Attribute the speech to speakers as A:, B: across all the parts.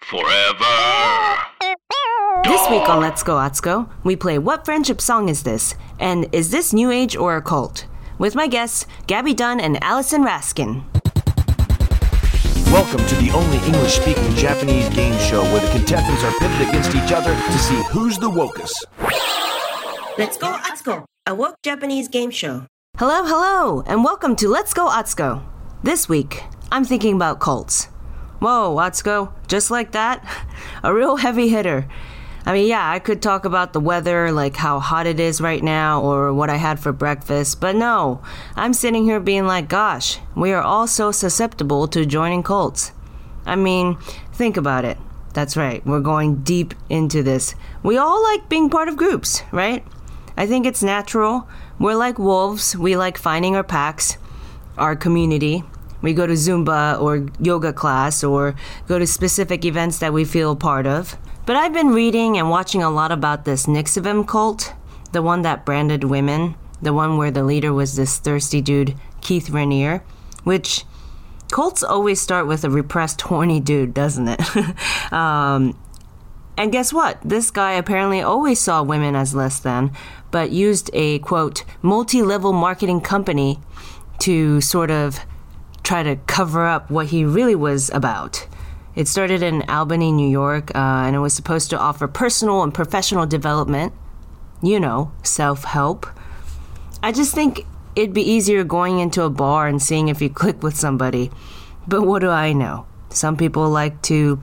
A: Forever.
B: This week on Let's Go Otsko, we play What Friendship Song Is This? and Is This New Age or a Cult? With my guests, Gabby Dunn and Allison Raskin.
C: Welcome to the only English speaking Japanese game show where the contestants are pitted against each other to see who's the wokest.
B: Let's Go Otsko, a woke Japanese game show. Hello, hello, and welcome to Let's Go Otsko. This week, I'm thinking about cults. Whoa, Otsko, just like that? A real heavy hitter. I mean, yeah, I could talk about the weather, like how hot it is right now, or what I had for breakfast, but no, I'm sitting here being like, gosh, we are all so susceptible to joining cults. I mean, think about it. That's right, we're going deep into this. We all like being part of groups, right? I think it's natural. We're like wolves, we like finding our packs, our community. We go to Zumba or yoga class or go to specific events that we feel part of. But I've been reading and watching a lot about this Nixivim cult, the one that branded women, the one where the leader was this thirsty dude, Keith Rainier, which cults always start with a repressed, horny dude, doesn't it? um, and guess what? This guy apparently always saw women as less than, but used a quote, multi level marketing company to sort of try to cover up what he really was about. It started in Albany, New York, uh, and it was supposed to offer personal and professional development, you know, self help. I just think it'd be easier going into a bar and seeing if you click with somebody. But what do I know? Some people like to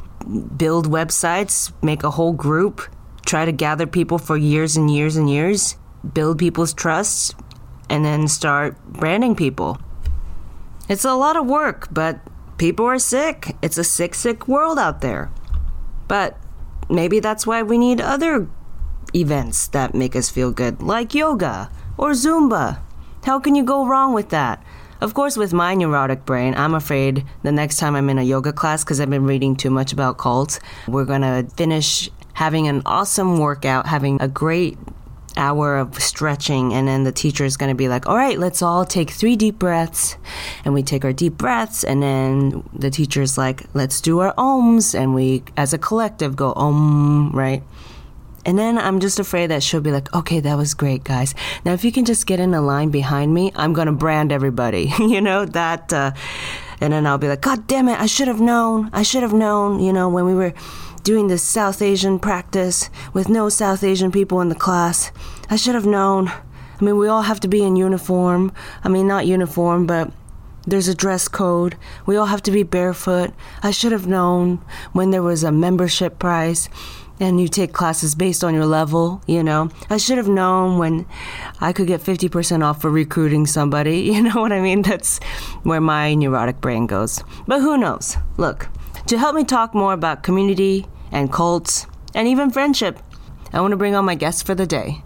B: build websites, make a whole group, try to gather people for years and years and years, build people's trusts, and then start branding people. It's a lot of work, but people are sick. It's a sick, sick world out there. But maybe that's why we need other events that make us feel good, like yoga or Zumba. How can you go wrong with that? Of course, with my neurotic brain, I'm afraid the next time I'm in a yoga class, because I've been reading too much about cults, we're going to finish having an awesome workout, having a great hour of stretching and then the teacher is going to be like all right let's all take three deep breaths and we take our deep breaths and then the teacher's like let's do our ohms and we as a collective go om right and then i'm just afraid that she'll be like okay that was great guys now if you can just get in a line behind me i'm going to brand everybody you know that uh, and then i'll be like god damn it i should have known i should have known you know when we were doing this South Asian practice with no South Asian people in the class. I should have known. I mean, we all have to be in uniform. I mean, not uniform, but there's a dress code. We all have to be barefoot. I should have known when there was a membership price and you take classes based on your level, you know. I should have known when I could get 50% off for recruiting somebody. You know what I mean? That's where my neurotic brain goes. But who knows? Look, to help me talk more about community and cults and even friendship, I want to bring on my guest for the day.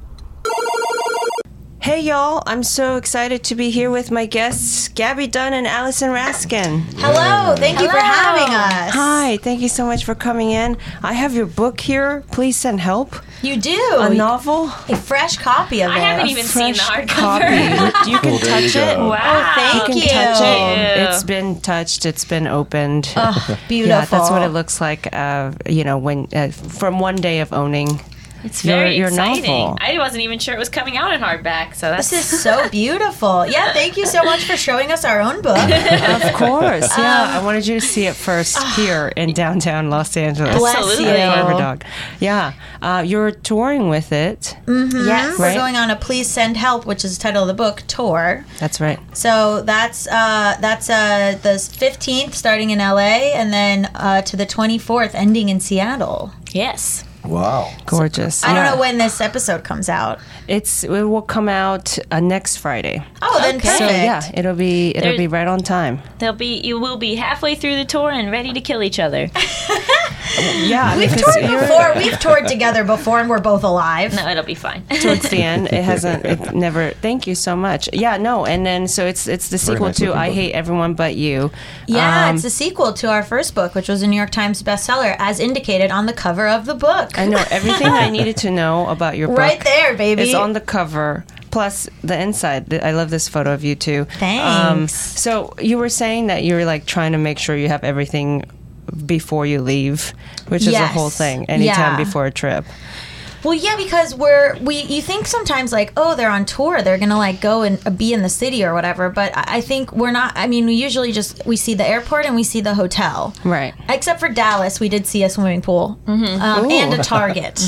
B: Hey y'all, I'm so excited to be here with my guests, Gabby Dunn and Allison Raskin.
D: Hello, thank you for having us.
B: Hi, thank you so much for coming in. I have your book here. Please send help.
D: You do
B: A novel.
D: a fresh copy of it.
E: I haven't even seen the hardcover.
B: Copy. You can touch it.
E: Wow.
B: You
D: Thank
B: can
D: you.
B: touch it.
E: Ew.
B: It's been touched. It's been opened.
D: Beautiful.
B: yeah, that's what it looks like. Uh, you know, when uh, from one day of owning.
E: It's
B: Your-
E: very
B: your
E: exciting.
B: novel.
E: I wasn't even sure it was coming out in hardback, so that's
D: This is so beautiful. Yeah, thank you so much for showing us our own book.
B: Of course, yeah. Ah. I wanted you to see it first
D: Ah.
B: here in downtown Los Angeles.
D: Bless
E: Absolutely.
D: you.
B: At Forever Dog. Yeah, uh, you're touring with it.
D: Mm. Yes,
B: Right.
D: we're going on a "Please Send Help," which is the title of the book tour.
B: That's right.
D: So that's uh, that's uh, the fifteenth, starting in LA, and then uh, to the twenty fourth, ending in Seattle.
E: yes.
C: Wow.
B: Gorgeous.
D: I don't
B: Yeah.
D: know when this episode comes out.
B: It's it will come out uh, next Friday.
D: Oh, then perfect.
B: So yeah, it'll be it'll
E: There's-
B: be right on time.
E: They'll be you will be halfway through the tour and ready to kill each other.
B: yeah,
D: We've
B: because
D: toured
B: you're-
D: before. We've toured together before, and we're both alive.
E: No, it'll be fine.
B: towards the end. It hasn't. It never. Thank you so much. Yeah, no. And then so it's it's the sequel
F: nice
B: to
F: looking
B: I
F: book.
B: Hate Everyone But You.
D: Yeah,
B: Um,
D: it's a sequel to our first book, which was a New York Times bestseller, as indicated on the cover of the book.
B: I know everything I needed to know about your book.
D: Right there, baby.
B: It's on the cover. Plus the inside. Th- I love this photo of you too. Um,
D: Thanks.
B: so you were saying that you were like trying to make sure you have everything before you leave, which is a
D: Yes.
B: whole thing. Anytime
D: Yeah.
B: before a trip.
D: Well, yeah, because we're we you think sometimes like oh they're on tour they're gonna like go and uh, be in the city or whatever, but I I think we're not. I mean, we usually just we see the airport and we see the hotel,
B: Right. Mm-hmm.
D: Except for Dallas, we did see a swimming pool um, and a Target.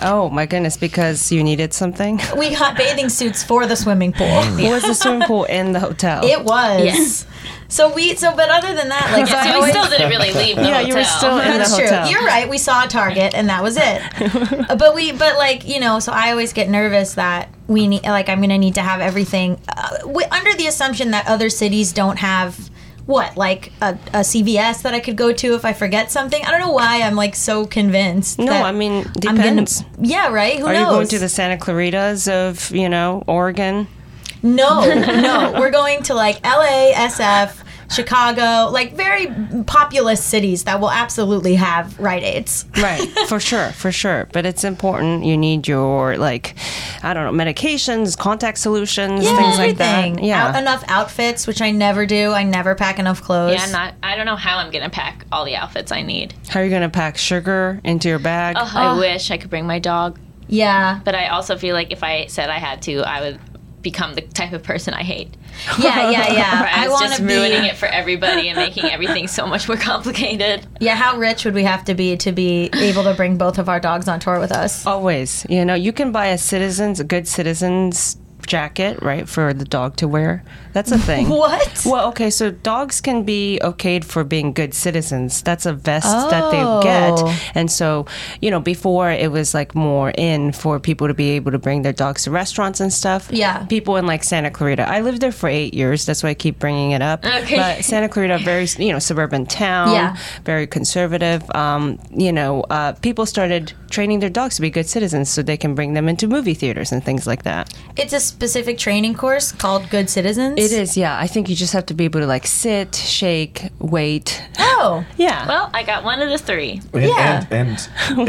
B: Oh my goodness! Because you needed something.
D: We got bathing suits for the swimming pool.
B: Was the swimming pool in the hotel?
D: It was.
E: Yes.
D: So we so but other than that, like I
E: so we
D: always-
E: still didn't really leave the
B: yeah,
E: hotel.
B: you were still in
D: That's
B: the
D: true.
B: hotel.
D: You're right. We saw a Target, and that was it. but we, but like you know, so I always get nervous that we need, like, I'm gonna need to have everything uh, we, under the assumption that other cities don't have what, like a, a CVS that I could go to if I forget something. I don't know why I'm like so convinced.
B: No,
D: that
B: I mean,
D: I'm gonna-
B: depends.
D: yeah, right. Who
B: Are
D: knows?
B: you going to the Santa Claritas of you know Oregon?
D: No, no. We're going to like LA, SF, Chicago, like very populous cities that will absolutely have Rite Aids.
B: Right, for sure, for sure. But it's important. You need your like, I don't know, medications, contact solutions, things like that. Yeah,
D: Out- enough outfits, which I never do. I never pack enough clothes.
E: Yeah, I'm not. I don't know how I'm gonna pack all the outfits I need.
B: how are you gonna pack sugar into your bag?
E: I wish I could bring my dog,
D: Yeah.
E: but I also feel like if I said I had to, I would become the type of person I hate.
D: Yeah, yeah, yeah.
E: I
D: I
E: was
D: want
E: just
D: to be.
E: ruining it for everybody and making everything so much more complicated.
D: Yeah, how rich would we have to be to be able to bring both of our dogs on tour with us?
B: Always, you know, you can buy a citizens, a good citizens jacket, right, for the dog to wear. That's a thing.
D: What?
B: Well, okay, so dogs can be okayed for being good citizens. That's a vest that they
D: Oh.
B: get. And so, you know, before it was like more in for people to be able to bring their dogs to restaurants and stuff.
D: Yeah.
B: People in like Santa Clarita. I lived there for eight years. That's why I keep bringing it up.
E: Okay.
B: But Santa Clarita, very, you know, suburban town,
D: Yeah.
B: Um, very conservative. Um, you know, uh, people started training their dogs to be good citizens so they can bring them into movie theaters and things like that.
D: It's a specific training course called Good Citizens.
B: It is, yeah. I think you just have to be able to like sit, shake, wait.
D: Oh,
B: Yeah.
E: Well, I got one of the three.
G: And,
D: Yeah.
G: and, and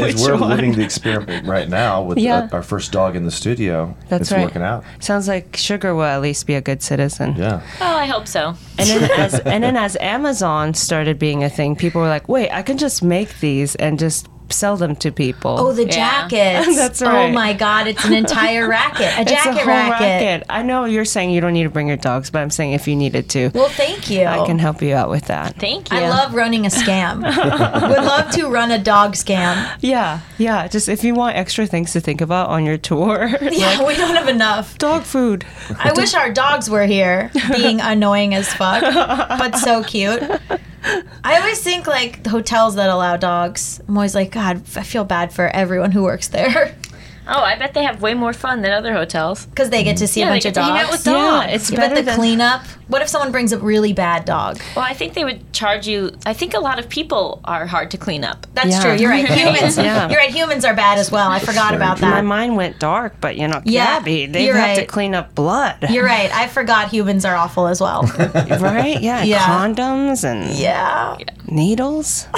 B: Which
G: as we're
B: one?
G: living the experiment right now with
B: Yeah.
G: uh, our first dog in the studio,
B: That's
G: it's
B: right.
G: working out.
B: Sounds like Sugar will at least be a good citizen.
G: Yeah.
E: Oh, I hope so.
B: And then as and then as Amazon started being a thing, people were like, "Wait, I can just make these and just sell them to people."
D: oh, the
E: Yeah.
D: jackets.
B: That's
D: Oh
B: right.
D: my God, it's an entire racket. A
B: it's a
D: jacket
B: whole
D: racket.
B: racket. I know you're saying you don't need to bring your dogs, but I'm saying if you needed to,
D: Well, thank you.
B: I can help you out with that.
E: Thank you.
D: I love running a scam. Would love to run a dog scam.
B: Yeah, yeah. Just if you want extra things to think about on your tour,
D: Yeah, we don't have enough.
B: dog food.
D: I wish our dogs were here, being annoying as fuck, but so cute. I always think like the hotels that allow dogs. I'm always like, God, I feel bad for everyone who works there
E: Oh, I bet they have way more fun than other hotels.
D: because they get to see
E: Yeah,
D: a
E: they
D: bunch
E: get
D: of
E: to hang out
D: dogs.
E: with dogs.
B: Yeah, it's
D: but
B: better
D: the
B: than
D: cleanup. What if someone brings a really bad dog?
E: Well, I think they would charge you. I think a lot of people are hard to clean up.
D: That's
B: Yeah.
D: true. You're right. Humans.
B: Yeah.
D: You're right. Humans are bad as well. I forgot about
B: My
D: that.
B: mind went dark, but you know,
D: Yeah,
B: Gabby, they
D: you're
B: have to
D: right.
B: clean up blood,
D: You're right. I forgot humans are awful as well.
B: right? Yeah,
D: Yeah.
B: condoms and
D: Yeah.
B: needles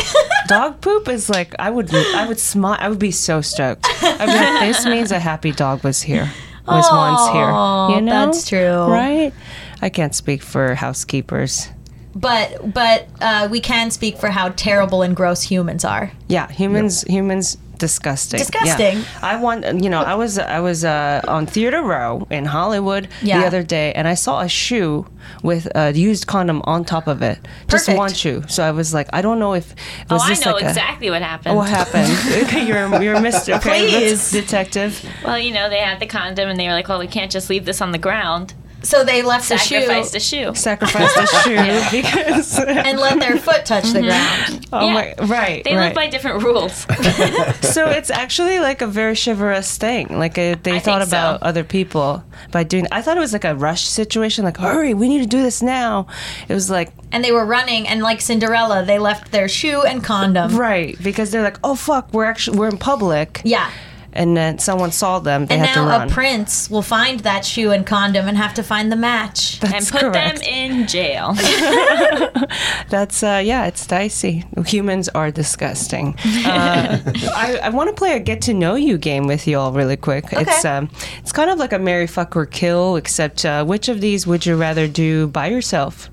B: dog poop is like i would i would smile i would be so stoked i would be like this means a happy dog was here was once here you know
D: that's true.
B: right i can't speak for housekeepers
D: But but uh, we can speak for how terrible and gross humans are.
B: yeah humans humans disgusting Yeah.
D: Disgusting.
B: i want you know i was i was uh, on theater row in hollywood
D: Yeah.
B: the other day and i saw a shoe with a used condom on top of it just
D: Perfect.
B: one shoe so i was like i don't know if
E: Oh,
B: was
E: I
B: this
E: know
B: like a-
E: exactly what happened.
B: What happened? Okay, you're you're Mr. Okay, let's-
D: Please.
B: detective.
E: Well, you know, they had the condom and they were like, well, we can't just leave this on the ground.
D: So they left the shoe
E: Sacrificed a shoe.
B: Sacrifice the shoe because
D: and let their foot touch the ground.
B: oh
E: Yeah.
B: my right
E: They live
B: right.
E: by different rules.
B: so it's actually like a very chivalrous thing. Like uh they thought
E: think so.
B: about other people by doing. I thought it was like a rush situation. Like hurry, we need to do this now. It was like
D: And they were running, and like Cinderella, they left their shoe and condom.
B: right because they're like oh fuck, we're actually we're in public.
D: Yeah.
B: And then someone saw them. They
D: And
B: had to
D: now
B: run.
D: a prince will find that shoe and condom and have to find the match.
E: and put
B: correct.
E: them in jail.
B: That's uh, yeah, it's dicey. Humans are disgusting. Uh, I, I want to play a get to know you game with you all really quick. It's um, it's kind of like a marry, fuck, or kill, except uh, which of these would you rather do by yourself,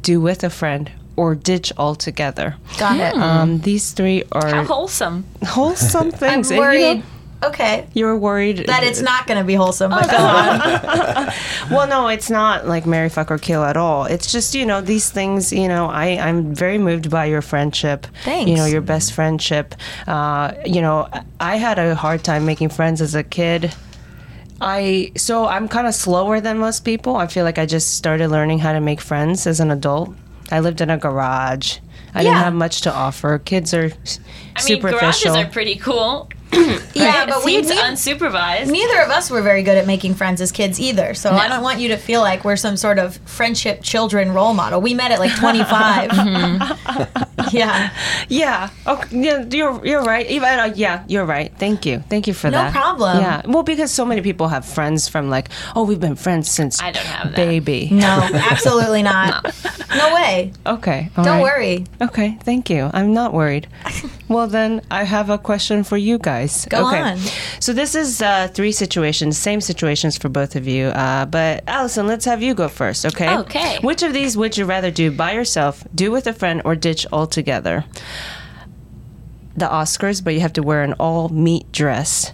B: do with a friend, or ditch altogether?
D: Got it.
B: Um, these three
E: How
B: are
E: wholesome.
B: wholesome things. And you know,
D: Worried. Okay.
B: you're worried
D: That it's not going to be wholesome. But go on.
B: Well, no, it's not like marry, fuck, or kill at all. It's just you know these things. You know, I I'm very moved by your friendship.
D: Thanks.
B: You know, your best friendship. Uh, you know, I had a hard time making friends as a kid. I so I'm kind of slower than most people. I feel like I just started learning how to make friends as an adult. I lived in a garage. I didn't
D: Yeah.
B: have much to offer. Kids are s-
E: I mean,
B: superficial.
E: garages are pretty cool.
D: Yeah,
E: It
D: but we
E: seems
D: we-
E: unsupervised.
D: Neither of us were very good at making friends as kids either, so I don't want you to feel like we're some sort of friendship children role model. We met at like 25. yeah,
B: Yeah. Okay. Yeah, you're you're right. Even uh, yeah, you're right. Thank you. Thank you for
D: No
B: that.
D: problem.
B: Yeah. Well, because so many people have friends from like, oh, we've been friends since
E: I don't have that.
B: baby.
D: no, absolutely not. No, way.
B: Okay. all
D: Don't
B: right.
D: worry.
B: Okay. Thank you. I'm not worried. well, then I have a question for you guys.
D: Go
B: okay.
D: on.
B: So this is uh, three situations, same situations for both of you. Uh, but Allison, let's have you go first. Okay.
E: Okay.
B: Which of these would you rather do by yourself, do with a friend, or ditch altogether? The Oscars, but you have to wear an all meat dress.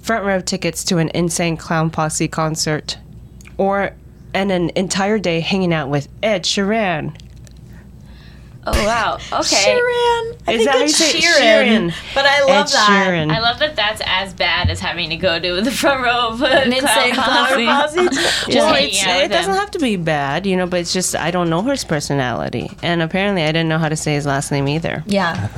B: Front row tickets to an insane clown posse concert, or and an entire day hanging out with Ed Sheeran.
E: Oh, wow. Okay.
D: Sheeran. I
B: Is
D: think
B: that how
D: it's
B: you say it?
D: Sheeran,
B: Sheeran.
D: But I love
B: Ed
D: that.
B: Sheeran.
E: I love that that's as bad as having to go to the front row of a
D: An insane
E: clown
D: flower
E: posse.
D: posse.
E: Just
B: well,
E: hanging
B: it's,
E: out
B: it
E: with
B: doesn't
E: him.
B: have to be bad, you know, but it's just I don't know his personality, and apparently I didn't know how to say his last name either.
D: Yeah.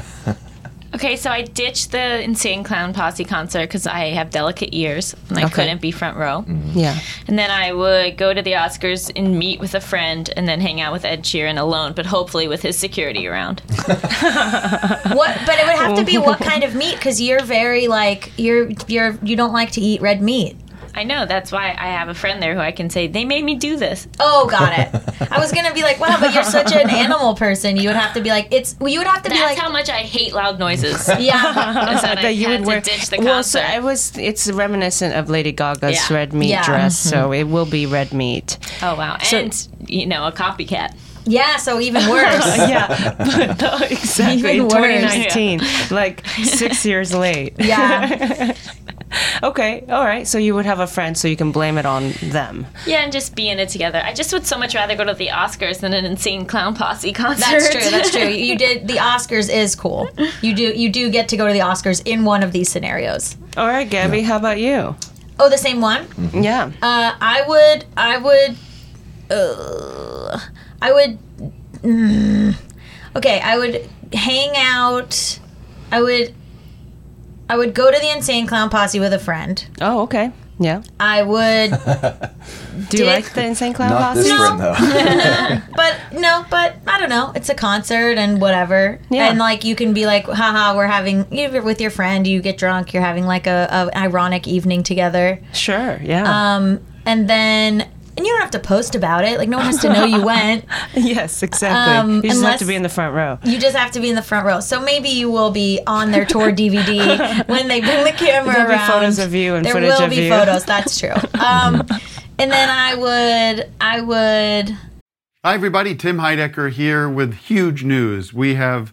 E: Okay, so I ditched the Insane Clown Posse concert because I have delicate ears and
B: Okay.
E: I
B: Mm-hmm.
E: couldn't be front row.
B: Yeah,
E: And then I would go to the Oscars and meet with a friend and then hang out with Ed Sheeran alone, but hopefully with his security around.
D: What? But it would have to be what kind of meat? Because you're very like you're you're you don't like to eat red meat.
E: I know, that's why I have a friend there who I can say, they made me do this.
D: Oh, got it. I was gonna be like, wow, but you're such an animal person. You would have to be like, it's. well, You would have to
E: That's
D: be like,
E: how much I hate loud noises.
D: yeah,
E: Is that I
B: That
E: had to ditch the concert.
B: well, so I was. It's reminiscent of Lady Gaga's
E: Yeah.
B: red meat
D: Yeah. Mm-hmm.
B: dress, so it will be red meat.
E: oh, wow. And, you know, a copycat.
D: yeah. So even worse.
B: yeah, but no, exactly.
D: Even worse.
B: 2019, like six years late.
D: Yeah.
B: Okay, all right. So you would have a friend, so you can blame it on them.
E: Yeah, and just be in it together. I just would so much rather go to the Oscars than an Insane Clown Posse concert.
D: That's true. That's true. You did the Oscars is cool. You do you do get to go to the Oscars in one of these scenarios.
B: All right, Gabby, how about you?
D: Oh, the same one.
B: Yeah.
D: Uh, I would. I would. Uh, I would. mm, okay, I would hang out. I would. I would go to the Insane Clown Posse with a friend.
B: oh, okay. Yeah.
D: I would,
B: Do you
D: Dick.
B: like the insane clown
G: Not
B: posse?
G: this friend though.
D: but no, but I don't know. It's a concert and whatever.
B: Yeah.
D: And like you can be like, haha, we're having, you're with your friend, you get drunk, you're having like a, a ironic evening together.
B: Sure. Yeah.
D: Um, and then, and you don't have to post about it. Like no one has to know you went.
B: yes, exactly.
D: um,
B: you just have
D: unless-
B: to be in the front row.
D: You just have to be in the front row. So maybe you will be on their tour DVD when they bring the camera
B: There'll be
D: around.
B: photos of you and
D: there
B: footage
D: will
B: of
D: be
B: you.
D: photos. That's true. Um, and then I would, I would.
H: Hi, everybody. Tim Heidecker here with huge news. We have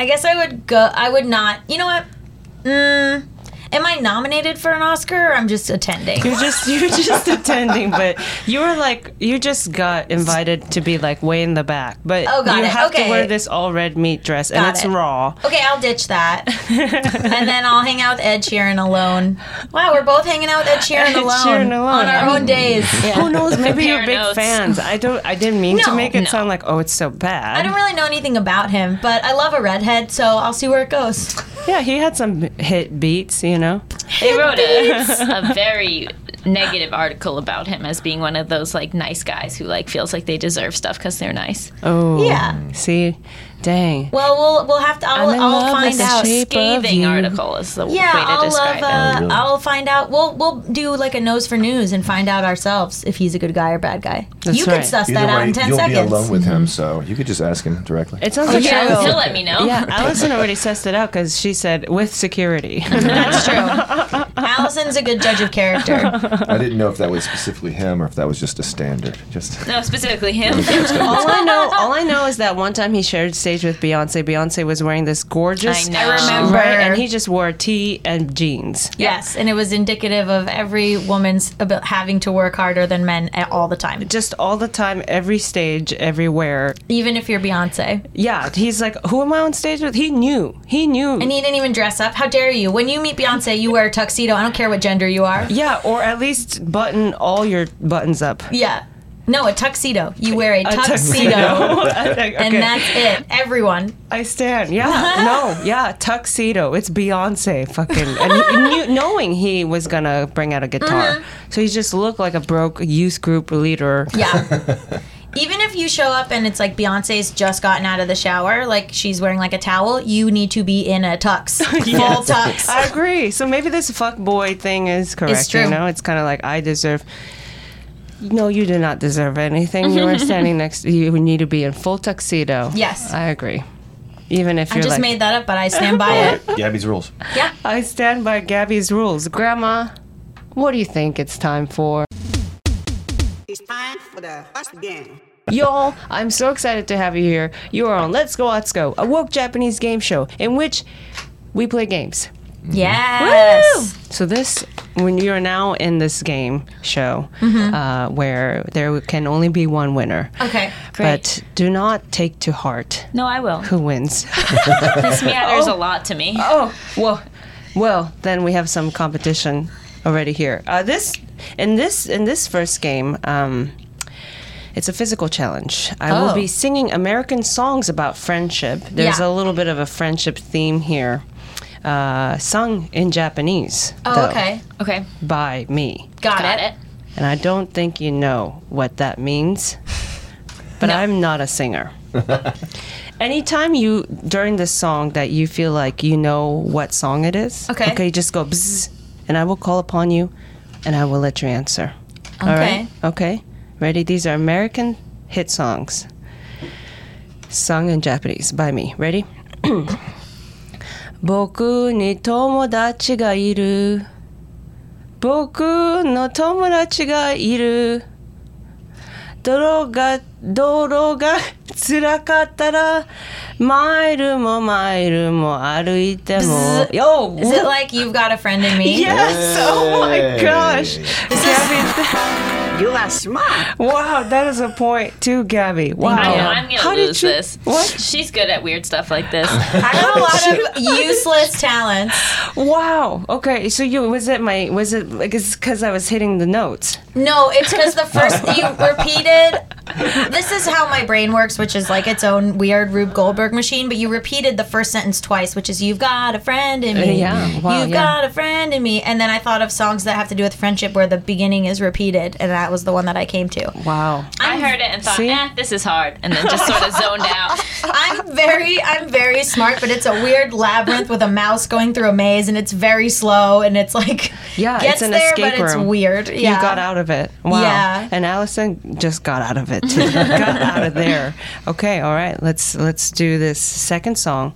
D: I guess I would go. I would not. You know what? Mm, am I nominated for an Oscar or I'm just attending?
B: You're just you're just attending, but you were like you just got invited to be like way in the back. But
D: Oh, got
B: you
D: it.
B: have
D: Okay.
B: to wear this all red meat dress and
D: Got
B: it's
D: it.
B: raw.
D: Okay, I'll ditch that, and then I'll hang out with Ed Sheeran alone. Wow, we're both hanging out with Ed Sheeran,
B: Ed
D: alone,
B: Sheeran alone. Oh,
D: on our own days.
B: Who knows? Maybe you're
E: Compare
B: big
E: notes.
B: fans. I don't. I didn't mean to
D: No,
B: make it
E: no.
B: sound like oh, it's so bad.
D: I don't really know anything about him, but I love a redhead, so I'll see where it goes.
B: yeah, he had some hit beats. You know,
E: They wrote a, a very negative article about him as being one of those like nice guys who like feels like they deserve stuff because they're nice.
B: Oh,
D: Yeah.
G: Mm-hmm.
B: See, dang.
D: Well, we'll we'll have to. I'll,
B: I'm in
D: I'll
B: love with
D: find
B: the
D: out.
B: shape. above
E: Scathing
B: you.
E: article is the
D: Yeah,
E: way to
D: I'll
E: describe
D: love.
E: it.
D: Uh,
G: really?
D: I'll find out. We'll we'll do like a nose for news and find out ourselves if he's a good guy or bad guy. you
B: right.
D: could suss
G: Either
D: that out
G: way,
D: in 10
G: you'll be
D: seconds.
G: alone with him, so you could just ask him directly.
B: Mm-hmm. It
D: Oh,
B: sounds like
D: uh,
E: Yeah,
B: Cheryl-
E: he'll let me know.
B: Yeah, Allison already sussed it out because she said with security.
D: That's true. Allison's a good judge of character.
G: I didn't know if that was specifically him or if that was just a standard. Just
E: No, specifically him.
B: all I know, all I know is that one time he shared stage with Beyonce. Beyonce was wearing this gorgeous,
E: I know. I
D: remember.
B: right? And he just wore a tee and jeans.
D: Yes, and it was indicative of every woman's about having to work harder than men a- all the time,
B: Just all the time, every stage, everywhere.
D: even if you're Beyonce.
B: Yeah, he's like, who am I on stage with? He knew. He knew.
G: Mm.
D: And he didn't even dress up. How dare you? When you meet Beyonce, you wear a tuxedo. I don't care what gender you are.
B: yeah, or at least button all your buttons up.
D: Yeah. No, a tuxedo. You wear a, tuxedo.
B: okay.
D: And that's it. Everyone.
B: I stand. Yeah. no. Yeah. Tuxedo. It's Beyonce. Fucking. And he, knew, knowing he was gonna bring out a guitar,
E: Mm-hmm.
B: so he just looked like a broke youth group leader.
D: Yeah. Even if you show up and it's like Beyonce's just gotten out of the shower, like she's wearing like a towel, you need to be in a tux. Full tux.
B: I agree. So maybe this fuck boy thing is correct.
D: true.
B: You know, it's kind of like I deserve. No, you do not deserve anything. You are standing next. You need to be in full tuxedo.
D: Yes.
B: I agree. Even if
D: I
B: you're
D: just
B: like,
D: made that up, but I stand by it.
G: Gabby's rules.
D: Yeah.
B: I stand by Gabby's rules, Grandma. What do you think it's time for?
I: It's time for the first game.
B: Y'all, I'm so excited to have you here. You are on Let's Go Let's Go, a woke Japanese game show in which we play games.
D: Yes.
B: So this, when you are now in this game show, uh, where there can only be one winner.
D: Mm-hmm. Okay.
B: But do not take to heart
E: No, I will.
B: who wins.
E: This matters a lot to me.
B: oh, well, well, then we have some competition already here. Uh, this, in this, in this first game. Um, it's a physical challenge. I will
D: Oh.
B: be singing American songs about friendship. There's
D: Yeah.
B: a little bit of a friendship theme here, uh, sung in Japanese.
D: Oh,
B: though,
D: okay.
E: Okay,
B: By me,
D: Got,
E: got
D: it.
E: it.
B: and I don't think you know what that means. But I'm not a singer. Anytime you during the song that you feel like you know what song it is,
D: Okay.
B: okay, just go bzzz, and I will call upon you, and I will let you answer. All right. Okay. Ready? These are American hit songs sung in Japanese by me. Ready? 僕に友達がいる。僕の友達がいる。泥が、泥が 辛かったら、マイルもマイルも歩いても。よ
D: Is it like you've got a friend in me?
B: Yes! Oh my gosh!
I: You are smart.
B: Wow, that is a point too, Gabby. Wow.
E: I know, I'm gonna
B: How did
E: lose
B: you-
E: this.
B: What?
E: She's good at weird stuff like this.
D: I have a lot of useless talents.
B: Wow. Okay. So you was it my was it because I was hitting the notes?
D: No, it's because the first you repeated. This is how my brain works, which is like its own weird Rube Goldberg machine. But you repeated the first sentence twice, which is "You've got a friend in me."
B: Uh, yeah. Wow,
D: You've
B: yeah.
D: got a friend in me, and then I thought of songs that have to do with friendship where the beginning is repeated, and that was the one that I came to.
B: Wow.
E: I heard it and thought,
D: See?
E: eh, this is hard, and then just sort of zoned out.
D: I'm very, I'm very smart, but it's a weird labyrinth with a mouse going through a maze, and it's very slow, and it's like
B: Yeah,
D: gets
B: it's an
D: there,
B: escape
D: but it's
B: room.
D: weird. Yeah.
B: You got out of it. Wow.
D: Yeah.
B: And Allison just got out of it. too. got out of there. Okay. All right. Let's let's do this second song.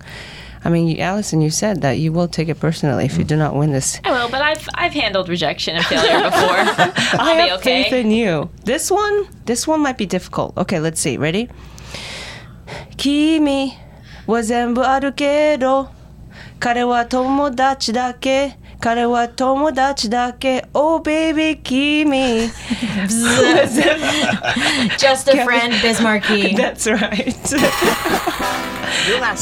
B: I mean, you- Allison, you said that you will take it personally if you do not win this.
E: I will, but I've I've handled rejection and failure before.
B: I
E: be
B: have
E: okay.
B: faith in you. This one, this one might be difficult. Okay, let's see. Ready? Kimi wa zenbu aru kedo kare wa tomodachi dake kare wa tomodachi dake oh baby kimi
D: just a friend, Bismarcky.
B: That's right.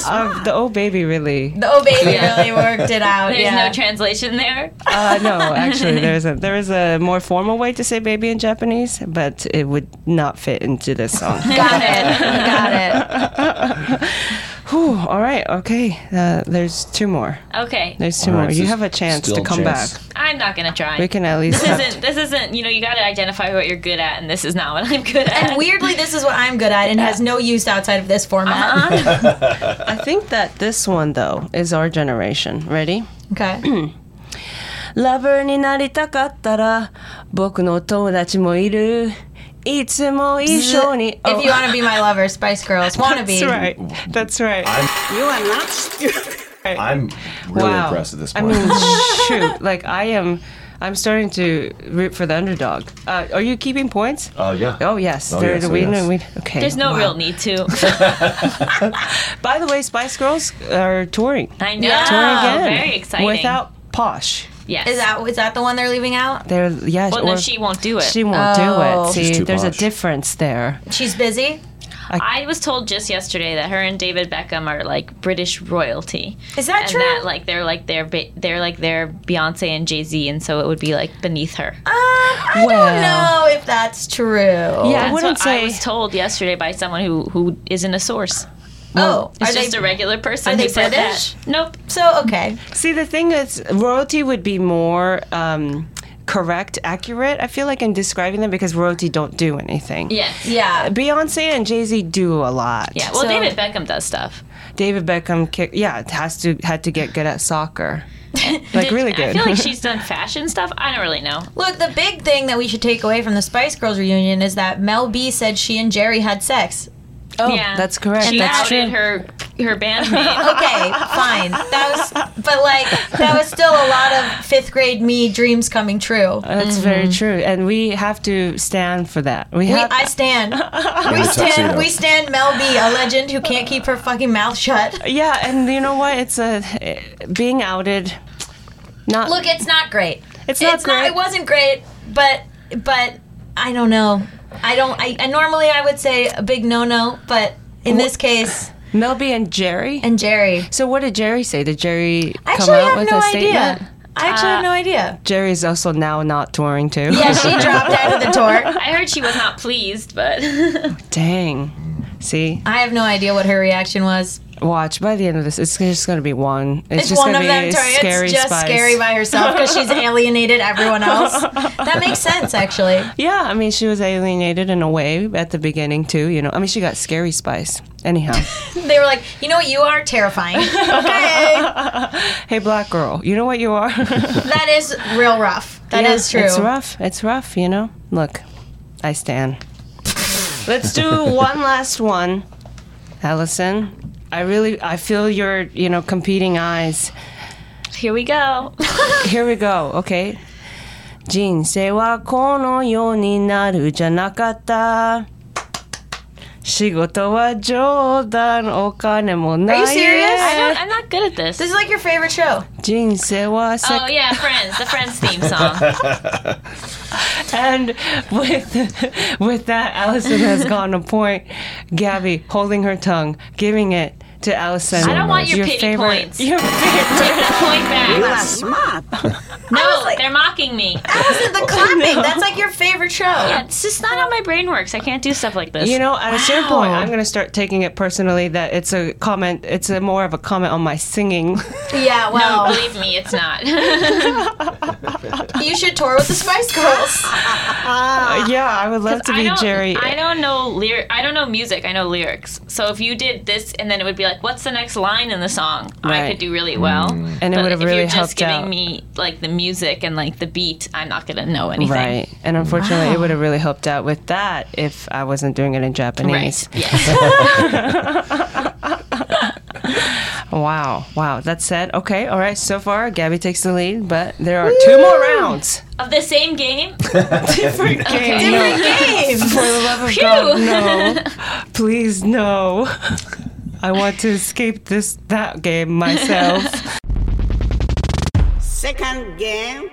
B: um, the oh baby really.
D: The oh baby really worked it out.
E: There's
D: yeah.
E: no translation there.
B: Uh, no, actually, there's a there is a more formal way to say baby in Japanese, but it would not fit into this song.
D: Got it. Got it.
B: Whew, all right, okay. Uh, there's two more.
E: Okay,
B: There's two
C: All right,
B: more. You
C: so
B: have a chance to
C: still
B: come
C: chance.
B: back.
E: I'm not gonna try.
B: We can at least
E: This
B: have-
E: isn't. This isn't. You know, you got to identify what you're good at, and this is not what I'm good at.
D: And weirdly, this is what I'm good at and has no use outside of this format.
B: I think that this one though is our generation. Ready?
D: Okay.
B: ラブになりたかったら僕の友達もいる。いつも一緒に。
E: Oh.
D: If you want to be my lover, Spice Girls, wanna be.
B: oh. That's right. That's right.
I: You are not stupid.
C: I'm really
B: Wow.
C: impressed at this
B: I
C: point.
B: mean, shoot. Like I am. I'm starting to root for the underdog. Uh, are you keeping points?
G: Uh,
C: Oh yeah.
B: Oh yes,
C: Oh,
B: there
C: yes, oh,
B: we,
C: yes.
B: we okay.
E: There's no
B: wow.
E: real need to.
B: By the way, Spice Girls are touring.
E: I know.
B: Touring again.
E: Ah, Very exciting.
B: Without Posh.
E: yes.
D: Is that is that the one they're leaving out?
B: They're yeah.
E: well, no,
B: or-
E: she won't do it.
B: She won't do
D: Oh.
B: it.
C: She's
B: See,
C: too
B: there's
C: posh.
B: a difference there.
D: She's busy.
E: I was told just yesterday that her and David Beckham are like British royalty.
D: Is that
E: and
D: true?
E: That like they're like their ba- they're like their Beyonce and Jay Z, and so it would be like beneath her.
D: Um, I don't
B: Well.
D: know if that's true.
B: Yeah, I
E: That's
B: wouldn't
E: what I
B: say.
E: was told yesterday by someone who who isn't a source.
D: Oh,
E: It's
D: are
E: just
D: they
E: a regular person.
D: are they
E: who said
D: British?
E: That. Nope.
D: so okay?
B: see, the thing is, royalty would be more. Um, correct accurate i feel like in describing them because royalty don't do anything
E: Yes.
D: Yeah.
B: beyonce and jay-z do a lot
E: Yeah. Well,
D: So-
E: David Beckham does stuff.
B: david beckham kick, yeah has to had to get good at soccer like really good
E: I feel like she's done fashion stuff. I don't really know.
D: Look, the big thing that we should take away from the Spice Girls reunion is that Mel B said she and Jerry had sex.
B: oh
E: yeah.
B: that's correct
E: She
B: that's
E: outed her her bandmate.
D: Okay, fine. That was, but like, that was still a lot of fifth grade me dreams coming true.
B: That's very true, and we have to stand for that. We,
D: We,
B: have.
D: I stand. We stand.
C: tuxedo.
D: We stand. Mel B, a legend who can't keep her fucking mouth shut.
B: yeah, and you know what? It's a being outed. Not
D: Look, it's not great.
B: It's not great.
D: it wasn't great, but but I don't know. I don't. I, and normally I would say a big no no, but in this case,
B: Melby and Jerry.
D: and Jerry.
B: so, what did Jerry say? Did Jerry
D: I
B: come
D: actually
B: out
D: have
B: with
D: no
B: a
D: idea.
B: statement? Uh,
D: I actually have no idea.
B: Jerry's also now not touring too.
D: Yeah, she dropped out of the tour.
E: I heard she was not pleased, but
B: Dang. See,
D: I have no idea what her reaction was.
B: watch by the end of this, it's just gonna be one. It's,
D: It's
B: just
D: one
B: gonna
D: of
B: be
D: them. Tori.
B: scary
D: it's just
B: spice.
D: scary by herself because she's alienated everyone else. That makes sense, actually.
B: yeah, I mean, she was alienated in a way at the beginning too. You know, I mean, she got scary spice. Anyhow,
D: They were like, you know what, you are terrifying. Okay,
B: hey, black girl, you know what you are.
D: that is real rough. That is
B: Yeah,
D: true.
B: It's rough. It's rough, you know? Look, I stand. Let's do one last one. Allison, I really I feel your, you know, competing eyes.
E: here we go.
B: Here we go, okay? 人生はこのようになるじゃなかった。仕事は冗談、お金もない。
D: Are you serious?
E: I don't, I'm not good at this.
D: This is like your favorite show.
B: 人生は世
E: Oh yeah, Friends, the Friends theme song.
B: And with with that, Allison has gotten a point. Gabby holding her tongue, giving it to Allison.
E: I don't want your pity
B: favorite,
E: points.
B: Your favorite.
E: Take the point back.
I: smop.
E: No, they're mocking me.
D: Allison,
B: Oh,
D: the clapping. That's like your favorite show.
E: Yeah, it's just not how my brain works. I can't do stuff like this.
B: You know, at a certain point, I'm going to start taking it personally that it's a comment. It's a more of a comment on my singing.
D: Yeah, well.
E: No, believe me, it's not.
D: you should tour with the Spice Girls.
B: Uh, yeah, I would love to
E: Ah. I
B: be
E: don't-
B: Jerry.
E: I don't know lyric. I don't know music. I know lyrics. So if you did this, and then it would be like, "What's the next line in the song?" I
B: Right.
E: could do really well.
B: And it
E: But
B: would have
E: if
B: really
E: you're just
B: helped
E: giving
B: out.
E: me like the music and like the beat, I'm not gonna know anything.
B: Right, and unfortunately, it would have really helped out with that if I wasn't doing it in Japanese. wow, wow. That said, okay, all right. So far, Gabby takes the lead, but there are two more rounds.
E: Of the same game.
B: Different game.
D: Different games.
B: For the love of
E: Phew.
B: God, no! Please, no! I want to escape this that game myself.
I: Second game.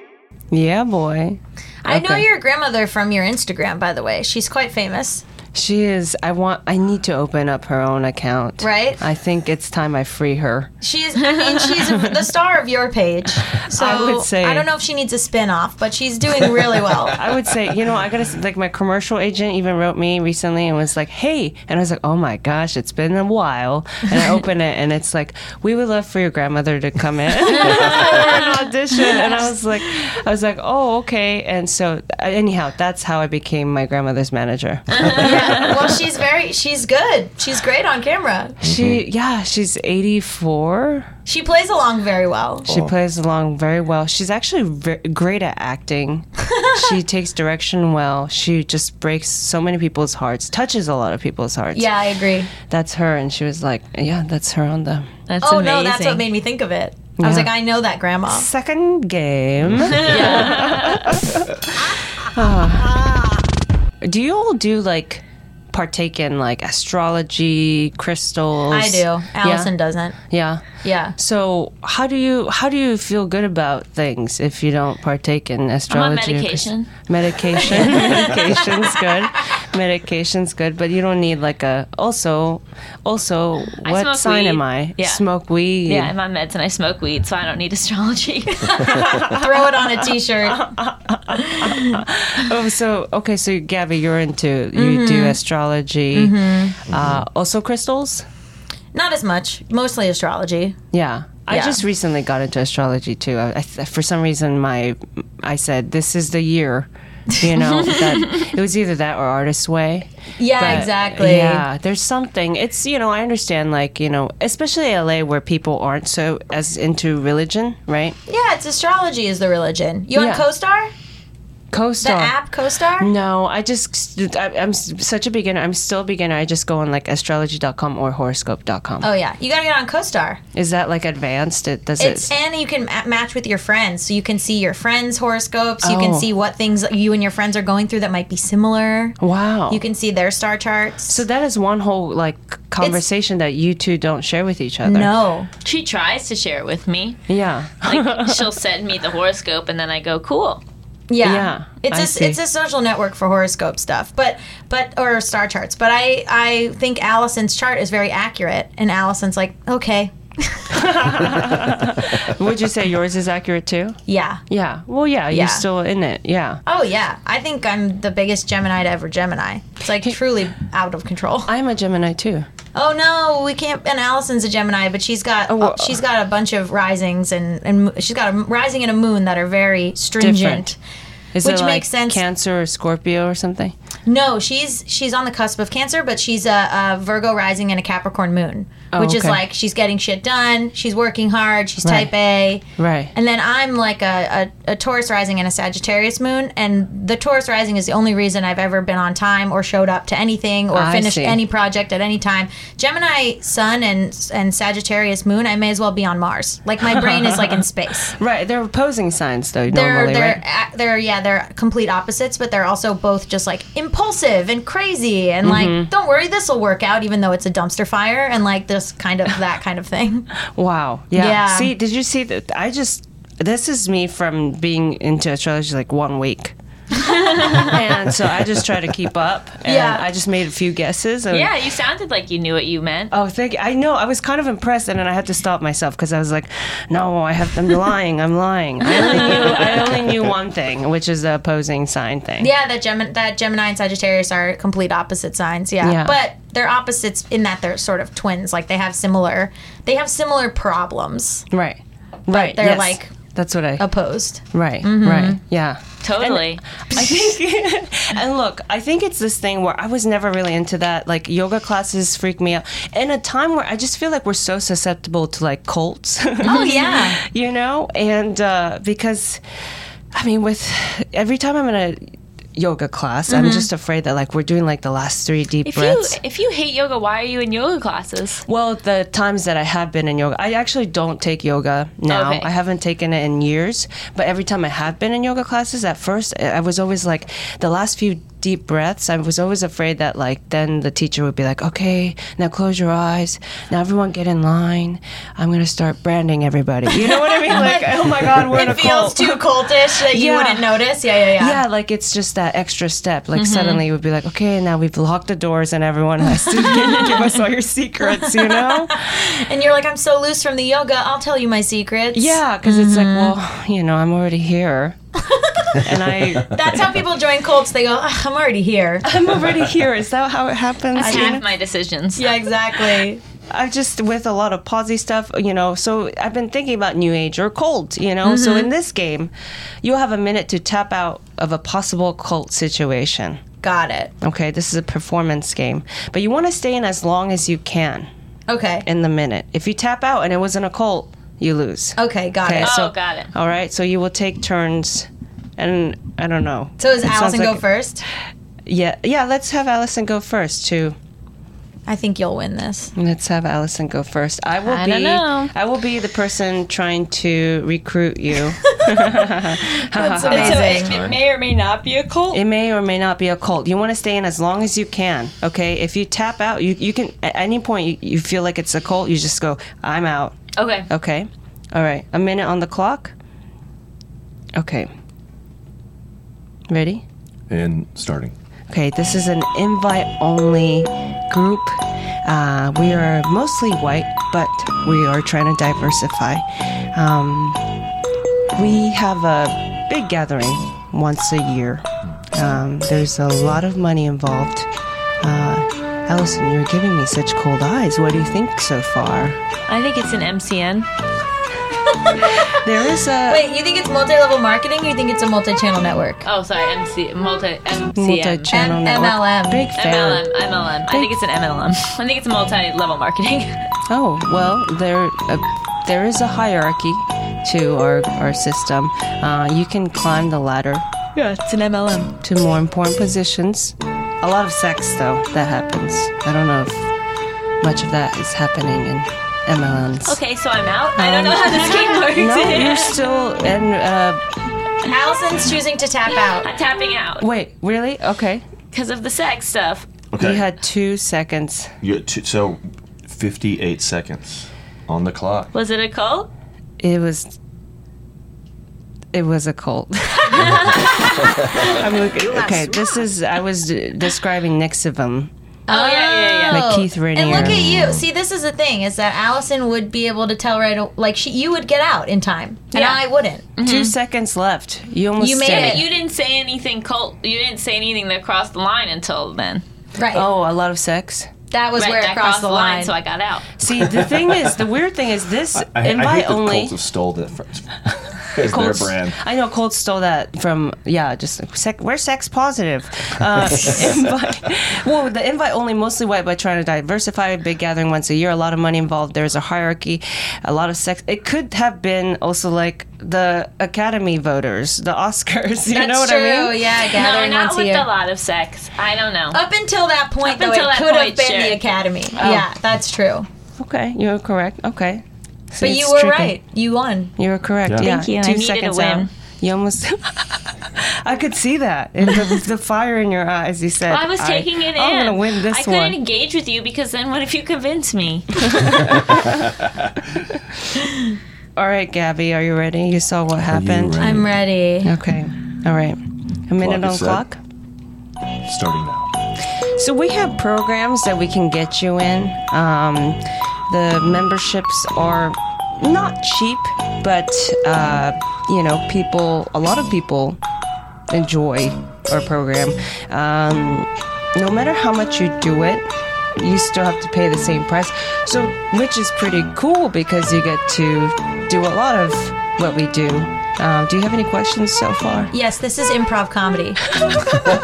B: yeah, boy.
D: I know
B: Okay.
D: your grandmother from your Instagram, by the way. She's quite famous,
B: She is. I want. I need to open up her own account.
D: right?
B: I think it's time I free her.
D: She is. I mean, she's the star of your page. So
B: I would say-
D: I don't know if she needs a spin off, but she's doing really well.
B: I would say, you know, I gotta s- like my commercial agent even wrote me recently and was like, "Hey," and I was like, "Oh my gosh, it's been a while." And I open it and it's like, "We would love for your grandmother to come in for an audition." And I was like, I was like, "Oh, okay." And so, uh, anyhow, that's how I became my grandmother's manager.
D: Yeah. Well, she's very. She's good. She's great on camera.
B: She, yeah, she's eighty four.
D: She plays along very well.
B: She plays along very well. She's actually ve- great at acting. she takes direction well. She just breaks so many people's hearts, touches a lot of people's hearts.
D: Yeah, I agree.
B: That's her. And she was like, yeah, that's her on the
E: That's
D: oh
E: amazing.
D: no, that's what made me think of it. I was
B: Yeah.
D: like, I know that grandma.
B: second game. Ah. do you all do like partake in like astrology, crystals?
D: I do. Allison doesn't.
B: Yeah.
D: Yeah.
B: So how do you how do you feel good about things if you don't partake in astrology? or
E: medication.
B: Christ- Medication. Medication's good. Medication's good, but you don't need like a also also what
E: smoke
B: sign am
E: weed.
B: I?
E: Yeah.
B: Smoke weed.
E: Yeah, I'm on meds and I smoke weed, so I don't need astrology.
D: Throw it on a t-shirt.
B: Oh, so okay, so Gabby, you're into you do astrology, uh, also crystals.
D: Not as much. Mostly astrology.
B: Yeah. I
D: Yeah.
B: just recently got into astrology too. I, I, for some reason, my I said this is the year, you know. that, it was either that or Artist's Way.
D: Yeah,
B: But,
D: exactly.
B: Yeah, there's something. It's you know I understand like you know especially LA where people aren't so as into religion, right?
D: Yeah, it's astrology is the religion. You
B: Yeah.
D: on CoStar?
B: CoStar.
D: The app CoStar?
B: No, I just I, I'm s- such a beginner. I'm still a beginner. I just go on like astrology.com or horoscope.com.
D: Oh yeah, you gotta get on CoStar.
B: Is that like advanced? It does
D: It's
B: it.
D: and you can ma- match with your friends, so you can see your friends' horoscopes. You can
B: Oh.
D: see what things you and your friends are going through that might be similar.
B: Wow.
D: You can see their star charts.
B: So that is one whole like conversation that you two don't share with each other.
D: No,
E: she tries to share it with me.
B: Yeah.
E: Like she'll send me the horoscope, and then I go, "Cool."
D: yeah,
B: Yeah, I
D: it's a
B: see.
D: it's a social network for horoscope stuff, but but or star charts. But I I think Allison's chart is very accurate, and Allison's like, okay,
B: Would you say yours is accurate too?
D: yeah,
B: Yeah. Uh, Well, yeah,
D: Yeah.
B: you're still in it. Yeah.
D: oh yeah. I think I'm the biggest Gemini to ever Gemini. It's like truly out of control.
B: I'm a Gemini too.
D: Oh no, we can't. And Allison's a Gemini, but she's got
B: Oh, well- uh
D: she's got a bunch of risings and and mo- she's got a rising and a moon that are very stringent.
B: Is
D: Which
B: it like
D: makes sense.
B: Cancer or Scorpio or something?
D: No, she's she's on the cusp of Cancer, but she's a, a Virgo rising and a Capricorn moon, which is
B: Oh, okay.
D: like she's getting shit done, she's working hard, she's
B: Right.
D: type A.
B: Right.
D: And then I'm like a, a, a Taurus rising and a Sagittarius moon, and the Taurus rising is the only reason I've ever been on time or showed up to anything or
B: I
D: finished
B: see.
D: any project at any time. Gemini sun and and Sagittarius moon, I may as well be on Mars. Like my brain is like in space.
B: right. They're opposing signs though
D: They're
B: normally,
D: they're
B: right?
D: a- they're yeah they're complete opposites, but they're also both just like impulsive and crazy and
B: Mm-hmm.
D: like don't worry this will work out even though it's a dumpster fire and like this kind of that kind of thing.
B: Wow. Yeah.
D: Yeah.
B: See, did you see that? I just this is me from being into astrology like one week. and so I just try to keep up. And
E: Yeah.
B: I just made a few guesses. And
E: Yeah, you sounded like you knew what you meant.
B: Oh, thank you. I know. I was kind of impressed, and then I had to stop myself because I was like, "No, I have. I'm lying. I'm lying. I only knew. I only knew one thing, which is the opposing sign thing.
D: Yeah, that Gemini, that Gemini and Sagittarius are complete opposite signs. Yeah.
B: Yeah.
D: but they're opposites in that they're sort of twins. Like they have similar, they have similar problems.
B: Right. Right.
D: they're
B: yes.
D: like
B: That's what I.
D: opposed.
B: Right.
D: Mhm.
B: Right. Yeah.
E: Totally.
B: I think, and look, I think it's this thing where I was never really into that. Like yoga classes freak me out. In a time where I just feel like we're so susceptible to like cults.
E: Mm-hmm.
D: Oh, yeah.
B: you know, and uh, because I mean, with every time I'm in a yoga class, I'm
E: Mhm.
B: just afraid that like we're doing like the last three deep
E: If you
B: breaths.
E: if you hate yoga, why are you in yoga classes?
B: Well, the times that I have been in yoga, I actually don't take yoga now.
E: Okay.
B: I haven't taken it in years. But every time I have been in yoga classes, at first, I I was always like, the last few deep breaths, I was always afraid that, like, then the teacher would be like, okay, now close your eyes. Now everyone get in line. I'm going to start branding everybody. You know what I mean? Like, oh my God, we're in a
D: it feels
B: cult.
D: too cultish that you
B: Yeah.
D: wouldn't notice. Yeah, yeah, yeah.
B: Yeah, like it's just that extra step. Like
D: Mhm.
B: suddenly you would be like, okay, now we've locked the doors and everyone has to give, give us all your secrets, you know?
D: And you're like, I'm so loose from the yoga. I'll tell you my secrets.
B: Yeah, because it's like, well, you know, I'm already here, and I.
D: That's how people join cults. They go, "Ugh, I'm already here.
B: I'm already here. Is that how it happens?
E: I
B: you know?
E: have my decisions.
D: Yeah, exactly.
B: I just with a lot of posy stuff, you know. So I've been thinking about new age or cult, you know. So
D: Mhm.
B: in this game, you have a minute to tap out of a possible cult situation.
D: Got it.
B: Okay, this is a performance game, but you want to stay in as long as you can
D: Okay.
B: in the minute. If you tap out and it wasn't a cult, you lose.
D: Okay, got
B: Okay,
D: it.
B: so- All right, so you will take turns, and I don't know.
D: So does
B: It sounds
D: Allison go
B: like-
D: first?
B: Yeah, yeah. Let's have Allison go first too.
D: I think you'll win this.
B: Let's have Allison go first. I will
D: I
B: be.
D: don't know.
B: I will be the person trying to recruit you.
E: That's
B: amazing.
E: it may or may not be a cult.
B: It may or may not be a cult. You want to stay in as long as you can. Okay. If you tap out, you you can at any point you, you feel like it's a cult. You just go. I'm out.
E: Okay.
B: Okay. All right. A minute on the clock. Okay. Ready?
G: And starting.
B: Okay, this is an invite only group. Uh, we are mostly white, but we are trying to diversify. Um, we have a big gathering once a year. Um, there's a lot of money involved. Uh, Allison, you're giving me such cold eyes. What do you think so far?
E: I think it's an MCN.
B: There is a
D: Wait, you think it's multi-level marketing? Or you think it's a multi-channel network?
E: Oh, sorry, MC multi MCM.
B: Multi-channel network.
D: MLM.
B: Big fan.
E: MLM, MLM. I think it's an MLM. I think it's multi-level marketing.
B: Oh well, there uh, there is a hierarchy to our our system. Uh, you can climb the ladder.
E: Yeah, it's an MLM.
B: To more important positions. A lot of sex though that happens. I don't know if much of that is happening in MLMs.
E: Okay, so I'm out. I don't
B: Um,
E: know how this game works.
B: No, you're still and uh,
D: Allison's choosing to tap out.
E: I'm tapping out
B: wait, really? Okay.
E: because of the sex stuff.
B: You had two seconds.
G: You two, so 58 seconds on the clock.
E: Was it a cult?
B: It was. It was a cult. I'm looking. Okay, this is. I was uh, describing Nixivam.
D: Oh, yeah, yeah,
B: Like Keith Rainier.
D: And look at you. See, this is the thing: is that Allison would be able to tell right, aw- like she, you would get out in time, and I wouldn't.
B: Two seconds left. You almost
D: Mm-hmm. You made
B: did
D: it.
E: You didn't say anything cult. You didn't say anything that crossed the line until then.
D: Right.
B: Oh, a lot of sex.
D: That was
E: Right,
D: where it
E: that
D: crossed, the line.
E: so I got out.
B: See, the thing is, the weird thing is this
G: I, I
B: invite
G: hate that
B: only.
G: Colts have stole that from as their
B: Colts-
G: brand.
B: I know Colts stole that from yeah, just sec, we're sex positive. Uh, invite, well, the invite only mostly white by trying to diversify. Big gathering once a year, a lot of money involved. There's a hierarchy, a lot of sex. It could have been also like the Academy voters, the Oscars. You
D: That's
B: know what
D: true.
B: I mean?
D: Yeah,
E: No,
D: gathering
E: not
D: once a
E: with
D: year.
E: a lot of sex. I don't know.
D: Up until that point,
E: Up
D: though,
E: until
D: it
E: that
D: could have
E: point,
D: been
E: sure.
D: the academy. Yeah, that's true.
B: Okay, you're correct. Okay, See,
D: But you
B: it's
D: were
B: tricky.
D: right. You won.
B: You were correct. Yeah.
G: Yeah. Thank
E: you. I
B: Two
E: needed a
B: seconds
E: win.
B: out. You almost. I could see that in the, the fire in your eyes. You said,
E: I was taking it in.
B: I'm gonna win this
E: I couldn't
B: one."
E: engage with you because then what if you convince me?
B: All right, Gabby, are you ready? You saw what happened.
G: ready?
D: I'm ready.
B: Okay. All right. A minute on
G: Clock is set.
B: clock.
G: Starting now.
B: So we have programs that we can get you in. Um, the memberships are not cheap, but uh, you know, people, a lot of people enjoy our program. Um, no matter how much you do it, you still have to pay the same price. So, which is pretty cool because you get to do a lot of what we do. Um, do you have any questions so far?
D: Yes, this is improv comedy.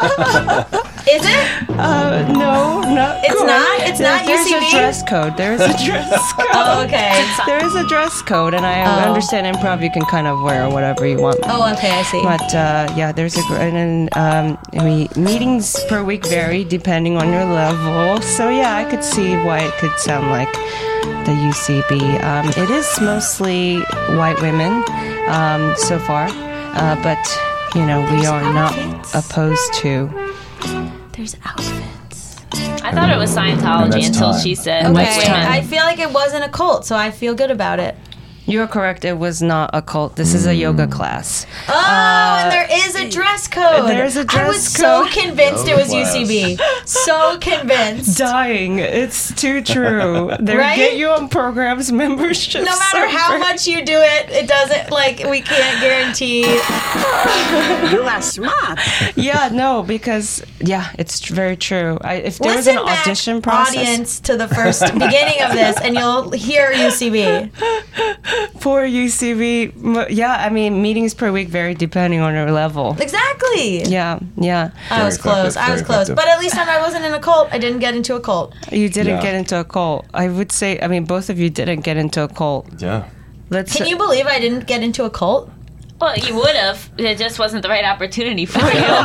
D: is it?
B: Uh, no, no.
D: It's not? It's not
B: There's
D: UCB?
B: a dress code. There is a dress code.
D: Oh, okay.
B: There is a dress code, and I
D: Oh.
B: understand improv. You can kind of wear whatever you want.
D: Oh, okay, I see.
B: But uh, yeah, there's a gr- and then um, we, meetings per week vary depending on your level. So yeah, I could see why it could sound like the UCB. Um, it is mostly white women um, so far, uh, but you know we are not opposed to.
D: There's outfits.
E: I thought it was
B: And
E: Scientology
B: that's
E: until
B: time.
E: she said,
B: And
E: like,
B: that's
E: wait a
B: time.
E: minute.
D: I feel like it wasn't a cult, so I feel good about it.
B: You're correct. It was not a cult. This
D: Mm.
B: is a yoga class.
D: Oh, and there is a dress code.
B: there is a
D: I
B: dress
D: was so
B: code.
D: convinced it was UCB. So convinced.
B: Dying. It's too true. They
D: Right?
B: get you on programs membership.
D: No matter how much you do it, it doesn't like we can't guarantee. you
I: are smart.
B: yeah, no, because yeah, it's tr- very true. I, if there was
D: Listen
B: an
D: back,
B: audition process,
D: audience, to the first beginning of this, and you'll hear UCB.
B: poor UCB. Mo- Yeah, I mean meetings per week vary depending on your level.
D: Exactly.
B: Yeah, yeah.
D: I was close. I was close. But at least I wasn't in a cult. I didn't get into a cult.
B: you didn't
D: Yeah.
B: get into a cult. I would say. I mean, both of you didn't get into a cult.
G: Yeah.
B: Let's.
D: Can you believe I didn't get into a cult?
E: Well, you would have. It just wasn't the right opportunity for you.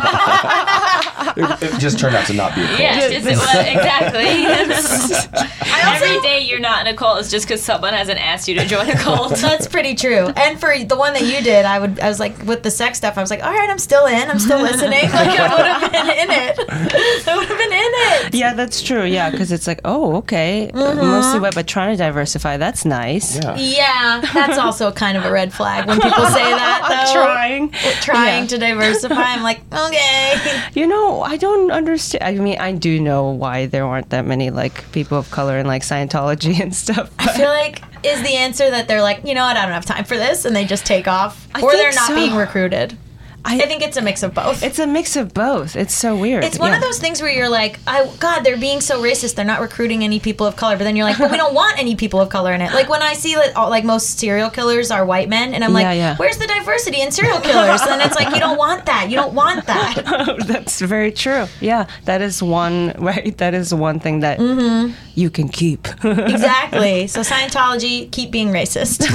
G: It, it just turned out to not be a cult.
E: Yeah, it's just, it was, exactly. Every day you're not in a cult is just because someone hasn't asked you to join a cult.
D: That's pretty true. And for the one that you did, I would. I was like with the sex stuff. I was like, all right, I'm still in. I'm still listening. Like I would have been in it. I would have been in it.
B: Yeah, that's true. Yeah, because it's like, oh, okay,
D: Mhm.
B: mostly web, but trying to diversify. That's nice.
D: Yeah, that's also kind of a red flag when people say that.
B: Oh.
D: Though.
B: Trying.
D: trying
B: Yeah.
D: to diversify. I'm like, okay.
B: You know, I don't understand. I mean, I do know why there aren't that many like people of color in like Scientology and stuff.
D: I feel like is the answer that they're like, you know what, I don't have time for this, and they just take off,
B: I
D: or
B: think
D: they're not
B: so.
D: being recruited. I, think it's a mix of both.
B: It's a mix of both. It's so weird.
D: It's one
B: Yeah.
D: of those things where you're like, I God, they're being so racist. They're not recruiting any people of color. But then you're like, but we don't want any people of color in it. Like when I see like, all, like most serial killers are white men, and I'm like,
B: Yeah, yeah.
D: where's the diversity in serial killers? and it's like, you don't want that. You don't want that.
B: That's very true. Yeah, that is one right. That is one thing that
D: Mm-hmm.
B: you can keep.
D: Exactly. So Scientology, keep being racist.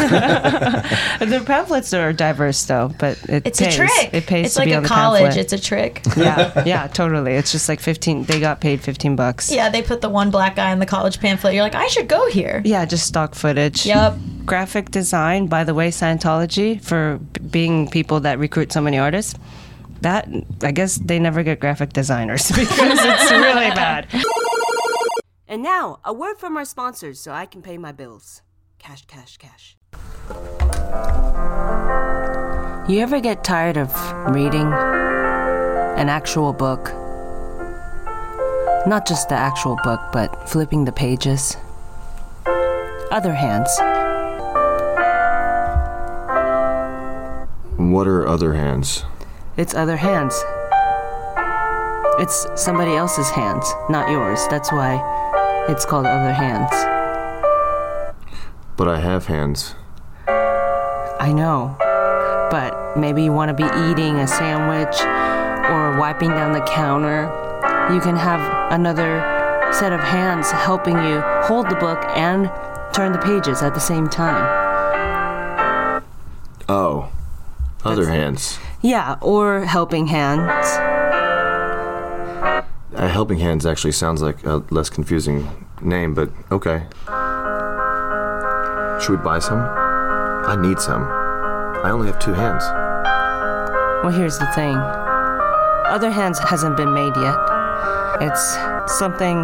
B: Their pamphlets are diverse though, but it
D: It's
B: pays.
D: a trick.
B: It pays
D: it's
B: to
D: like
B: be
D: a
B: on the
D: college.
B: pamphlet.
D: It's a trick.
B: yeah, yeah, totally. It's just like fifteen. They got paid fifteen bucks.
D: Yeah, they put the one black guy in the college pamphlet. You're like, I should go here.
B: Yeah, just stock footage.
D: Yep.
B: Graphic design, by the way, Scientology for b- being people that recruit so many artists. That I guess they never get graphic designers because it's really bad.
J: And now, a word from our sponsors so I can pay my bills. Cash, cash, cash.
B: You ever get tired of reading an actual book? Not just the actual book, but flipping the pages. Other hands.
G: What are other hands?
B: It's other hands. It's somebody else's hands, not yours. That's why it's called other hands.
G: But I have hands.
B: I know. But maybe you want to be eating a sandwich or wiping down the counter. You can have another set of hands helping you hold the book and turn the pages at the same time.
G: Oh. Other hands.
B: Yeah, or helping hands.
G: Uh, helping hands actually sounds like a less confusing name, but okay. Should we buy some? I need some. I only have two hands.
B: Well, here's the thing Other Hands hasn't been made yet. It's something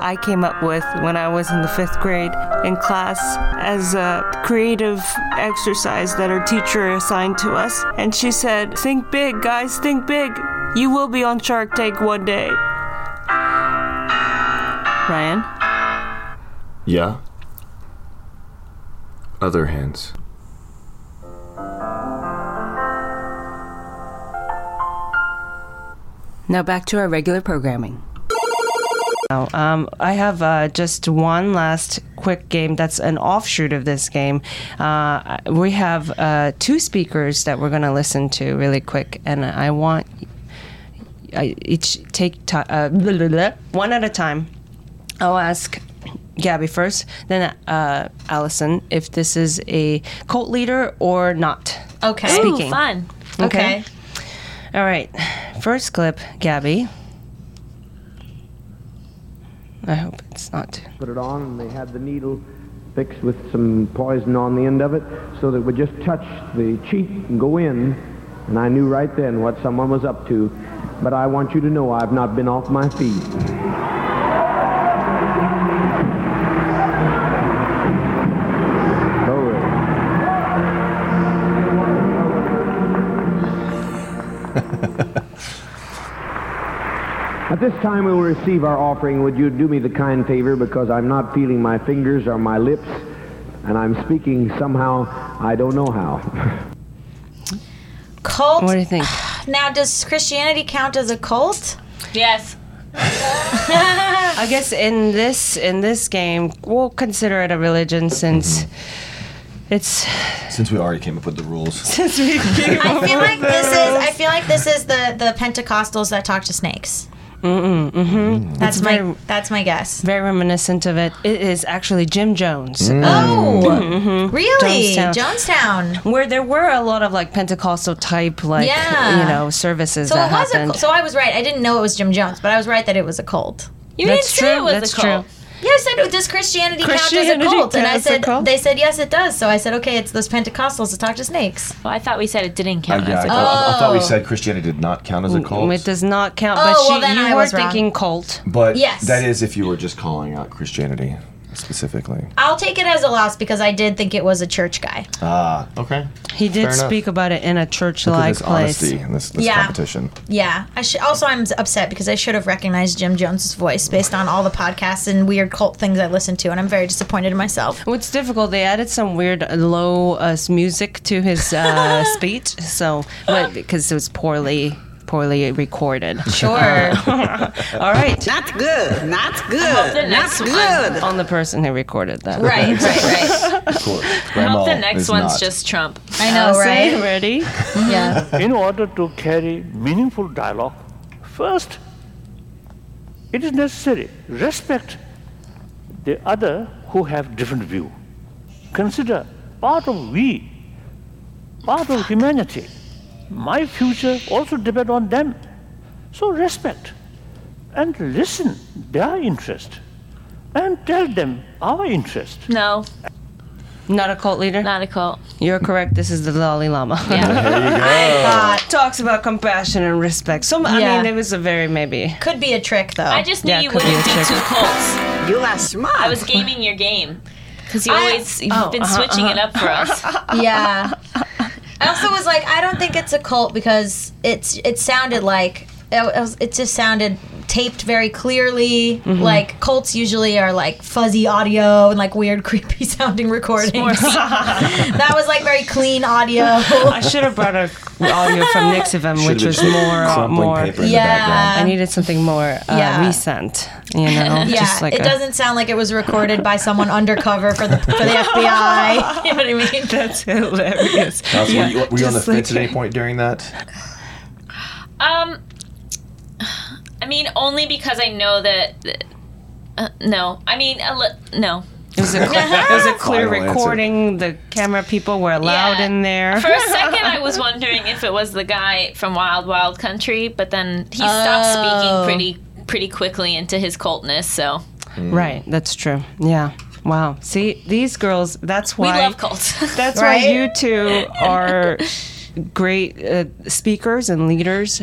B: I came up with when I was in the fifth grade in class as a creative exercise that our teacher assigned to us. And she said, Think big, guys, think big. You will be on Shark Tank one day. Ryan?
G: Yeah. Other hands.
B: Now back to our regular programming. Now, um, I have uh, just one last quick game that's an offshoot of this game. Uh, we have uh, two speakers that we're going to listen to really quick, and I want I each take ti uh, blah, blah, blah, one at a time. I'll ask Gabby first, then uh, Allison if this is a cult leader or not.
D: Okay. Ooh,
B: Speaking.
D: fun. Okay.
B: All right. First clip, Gabby. I hope it's not.
C: Put it on, and they had the needle fixed with some poison on the end of it, so that it would just touch the cheek and go in. And I knew right then what someone was up to. But I want you to know I've not been off my feet. Forward. At this time we will receive our offering. Would you do me the kind favor because I'm not feeling my fingers or my lips and I'm speaking somehow I don't know how.
D: Cult.
B: What do you think?
D: Now, does Christianity count as a cult?
E: Yes.
B: I guess in this in this game, we'll consider it a religion since it's
G: Since we already came up with the rules.
D: I feel like this is. I feel like this is the the Pentecostals that talk to snakes.
B: Mm-mm, mm-hmm.
D: That's my that's my guess.
B: Very reminiscent of it. It is actually Jim Jones.
D: Oh,
B: Mhm.
D: really?
B: Jonestown.
D: Jonestown.
B: Um, where there were a lot of like Pentecostal type like
D: Yeah.
B: you know services
D: So
B: that
D: it was a,
B: happened.
D: cult- so I was right. I didn't know it was Jim Jones, but I was right that it was a cult.
E: You didn't That's say it true. was a That's cult.
D: Yeah, I said, does Christianity, count as
E: Christianity
D: a cult? And I
E: counts as a
D: said,
E: cult?
D: they said yes, it does. So I said, okay, it's those Pentecostals that talk to snakes.
E: Well, I thought we said it didn't
G: I,
E: count.
G: yeah,
E: as
G: I,
E: a
G: thought, I thought we
D: Oh.
G: said Christianity did not count as a cult.
B: Mm, It does not count.
D: Oh,
B: but she,
D: well, then
B: you
D: I
B: were
D: was wrong.
B: thinking cult.
G: But
D: Yes.
G: that is if you were just calling out Christianity specifically.
D: I'll take it as a loss because I did think it was a church guy.
G: Ah, okay.
B: He did
G: Fair enough.
B: speak about it in a
G: Look at
B: church-like
G: this
B: place.
G: honesty and this, this
D: Yeah.
G: competition.
D: Yeah. I should also I'm upset because I should have recognized Jim Jones's voice based on all the podcasts and weird cult things I listened to, and I'm very disappointed in myself.
B: What's difficult? They added some weird uh, low uh, s- music to his uh, speech, so but because it was poorly poorly recorded.
D: Sure.
B: All right.
I: Not good. Not
E: hope the
I: good. Not
E: next
I: good.
B: On the person who recorded that.
D: Right, right, right.
G: Of
E: I hope
G: course.
E: the
G: Grandma
E: next
G: is
E: one's
G: not.
E: just Trump.
D: I know,
B: Allison,
D: right?
B: Ready?
D: Yeah.
K: In order to carry meaningful dialogue, first, it is necessary respect the other who have different view. Consider part of we, part of humanity. My future also depend on them. So respect and listen their interest and tell them our interest.
E: No,
B: Not a cult leader.
E: not a cult.
B: You're correct. This is the Dalai Lama. Uh,
D: Thought-
B: Talks about compassion and respect. So I
D: Yeah.
B: mean, it was a very maybe.
D: could be a trick though.
E: I just knew
B: Yeah,
E: you
B: could be
E: wouldn't
B: a
E: be
B: trick.
E: two cults.
I: You are smart.
E: I was gaming your game because you
D: I-
E: always you've
B: oh,
E: been
B: uh-huh,
E: switching it up for us.
D: yeah. I also was like, I don't think it's a cult because it's it sounded like it, was, it just sounded taped very clearly.
B: Mm-hmm.
D: Like cults usually are like fuzzy audio and like weird, creepy sounding recordings. that was like very clean audio.
B: I should have brought a audio from Nick's event,
G: Should've
B: which
G: been
B: was
G: just
B: more
G: crumpling
B: more.
G: paper in
D: Yeah.
G: the background.
B: I needed something more uh,
D: Yeah.
B: recent, you know,
D: yeah,
B: just like
D: it
B: a-
D: doesn't sound like it was recorded by someone undercover for the for the FBI. you know what I mean?
B: That's hilarious.
G: Uh, so
B: Yeah,
G: were you, were you on the
B: just like-
G: fence at any point during that?
E: Um, I mean, only because I know that. Uh, no, I mean, a li- no.
B: It was a, it was a clear
G: Final answer.
B: recording. The camera people were allowed
E: Yeah.
B: in there.
E: For a second, I was wondering if it was the guy from Wild Wild Country, but then he
D: Oh.
E: stopped speaking pretty pretty quickly into his cultness. So
B: Right, that's true. Yeah. Wow. See, these girls. That's why.
E: we love cults.
B: That's why
D: Right?
B: you two are great uh, speakers and leaders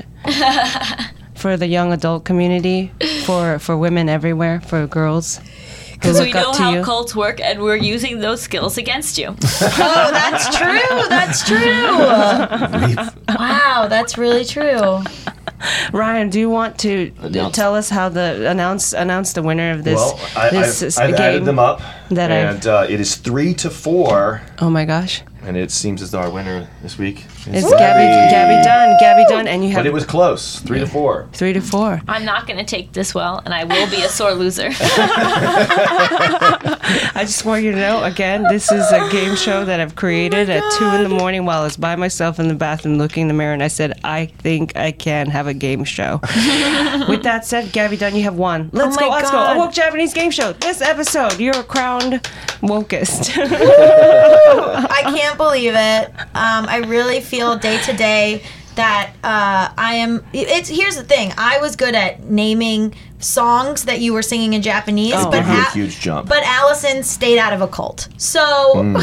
B: for the young adult community, for for women everywhere, for girls. who
E: Because we
B: look
E: know
B: up to
E: how
B: you.
E: cults work, and we're using those skills against you.
D: oh, that's true. That's true. wow, that's really true.
B: Ryan, do you want to
L: Announce.
B: tell us how the announce announce the winner of this
L: well, I,
B: this
L: I've,
B: is-
L: I've
B: game?
L: added them up,
B: that I've-
L: and uh, it is three to four.
B: Oh my gosh!
L: And it seems as though our winner this week is
B: It's Gabby
L: three.
B: Gabby Dunn. Gabby Dunn, and you have
L: But it was close, three to four.
B: three to four.
E: I'm not going to take this well, and I will be a sore loser.
B: I just want you to know again, this is a game show that I've created at two in the morning while I was by myself in the bathroom looking in the mirror, and I said, I think I can have a game show. With that said, Gabby Dunn, you have won. Let's
D: my
B: go, let's
D: God.
B: go. A woke Japanese game show. This episode, you're crowned wokest.
D: I can't believe it. Um, I really feel day to day that uh, I am. It's here's the thing. I was good at naming songs that you were singing in Japanese,
L: It
D: but
L: gave you a
D: Al-
L: huge jump. Mm.
D: But Allison stayed out of a cult. So,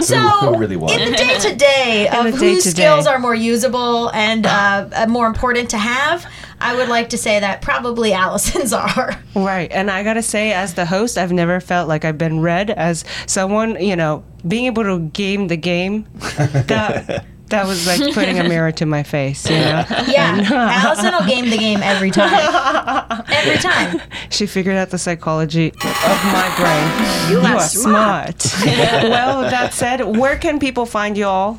D: so
L: Who- who really won?
D: in the day to day
L: In
D: of
L: the
D: whose
L: day-to-day.
D: skills are more usable and uh, uh, more important to have, I would like to say that probably Allison's are.
B: Right. And I got to say, as the host, I've never felt like I've been read as someone, you know, being able to game the game. That, that was like putting a mirror to my face, you know?
D: Yeah, Allison will game the game every time. Every time.
B: She figured out the psychology of my brain.
D: You are
B: smart.
D: smart.
B: well, that said, where can people find you all?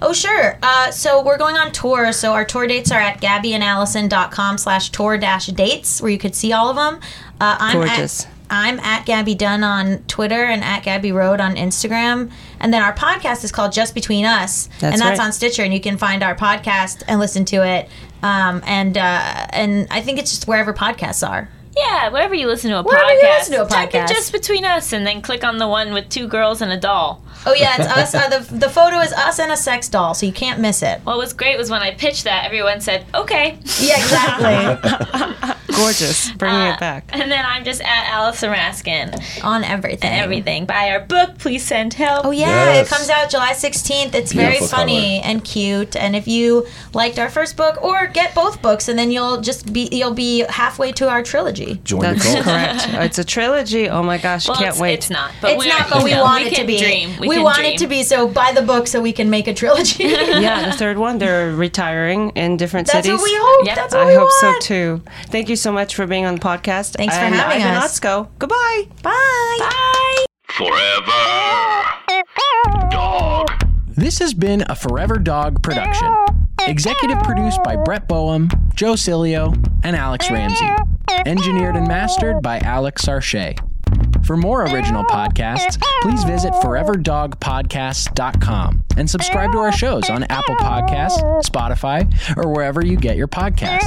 D: Oh, sure. Uh, so we're going on tour. So our tour dates are at gabbyandallison.com slash tour dash dates, where you could see all of them. Uh, I'm
B: Gorgeous.
D: At, I'm at Gabby Dunn on Twitter and at Gabby Road on Instagram. And then our podcast is called Just Between Us.
B: That's
D: and that's
B: right.
D: on Stitcher. And you can find our podcast and listen to it. Um, and uh, and I think it's just wherever podcasts are.
E: yeah, wherever you listen to a
D: Wherever
E: podcast,
D: you listen to a
E: type in
D: podcast.
E: just between us, and then click on the one with two girls and a doll.
D: Oh, yeah, it's us. Uh, the, the photo is us and a sex doll, so you can't miss it.
E: What was great was when I pitched that, everyone said, "Okay."
D: Yeah, exactly.
B: Gorgeous. Bringing
D: Uh,
B: it back.
E: and then I'm just at Allison Raskin
D: on everything.
E: Everything. Buy our book. Please send help.
D: Oh yeah,
E: Yes.
D: it comes out July 16th. It's very
E: Beautiful
D: funny and cute. And if you liked our first book, or get both books, and then you'll just be you'll be halfway to our trilogy.
B: That's correct. It's a trilogy. Oh my gosh,
D: Well,
B: can't
D: it's-
B: wait.
D: it's not, it's not, but we
E: know,
D: want
E: we
D: it to
E: can
D: be.
E: dream. We
D: We,
E: can
D: want
E: dream.
D: it to be. So buy the book so we can make a trilogy.
B: yeah, the third one. They're retiring in different
D: That's
B: cities.
D: what we hope. Yep. That's what
B: I
D: we
B: hope so too. Thank you so much for being on the podcast.
D: Thanks for
B: And
D: having
B: I've been
D: us.
B: Atsuko. Goodbye.
D: Bye.
E: Bye.
M: Forever. Dog.
A: This has been a Forever Dog production. Executive produced by Brett Boehm, Joe Cilio, and Alex Ramsey. Engineered and mastered by Alex Sarche. For more original podcasts, please visit foreverdogpodcasts.com and subscribe to our shows on Apple Podcasts, Spotify, or wherever you get your podcasts.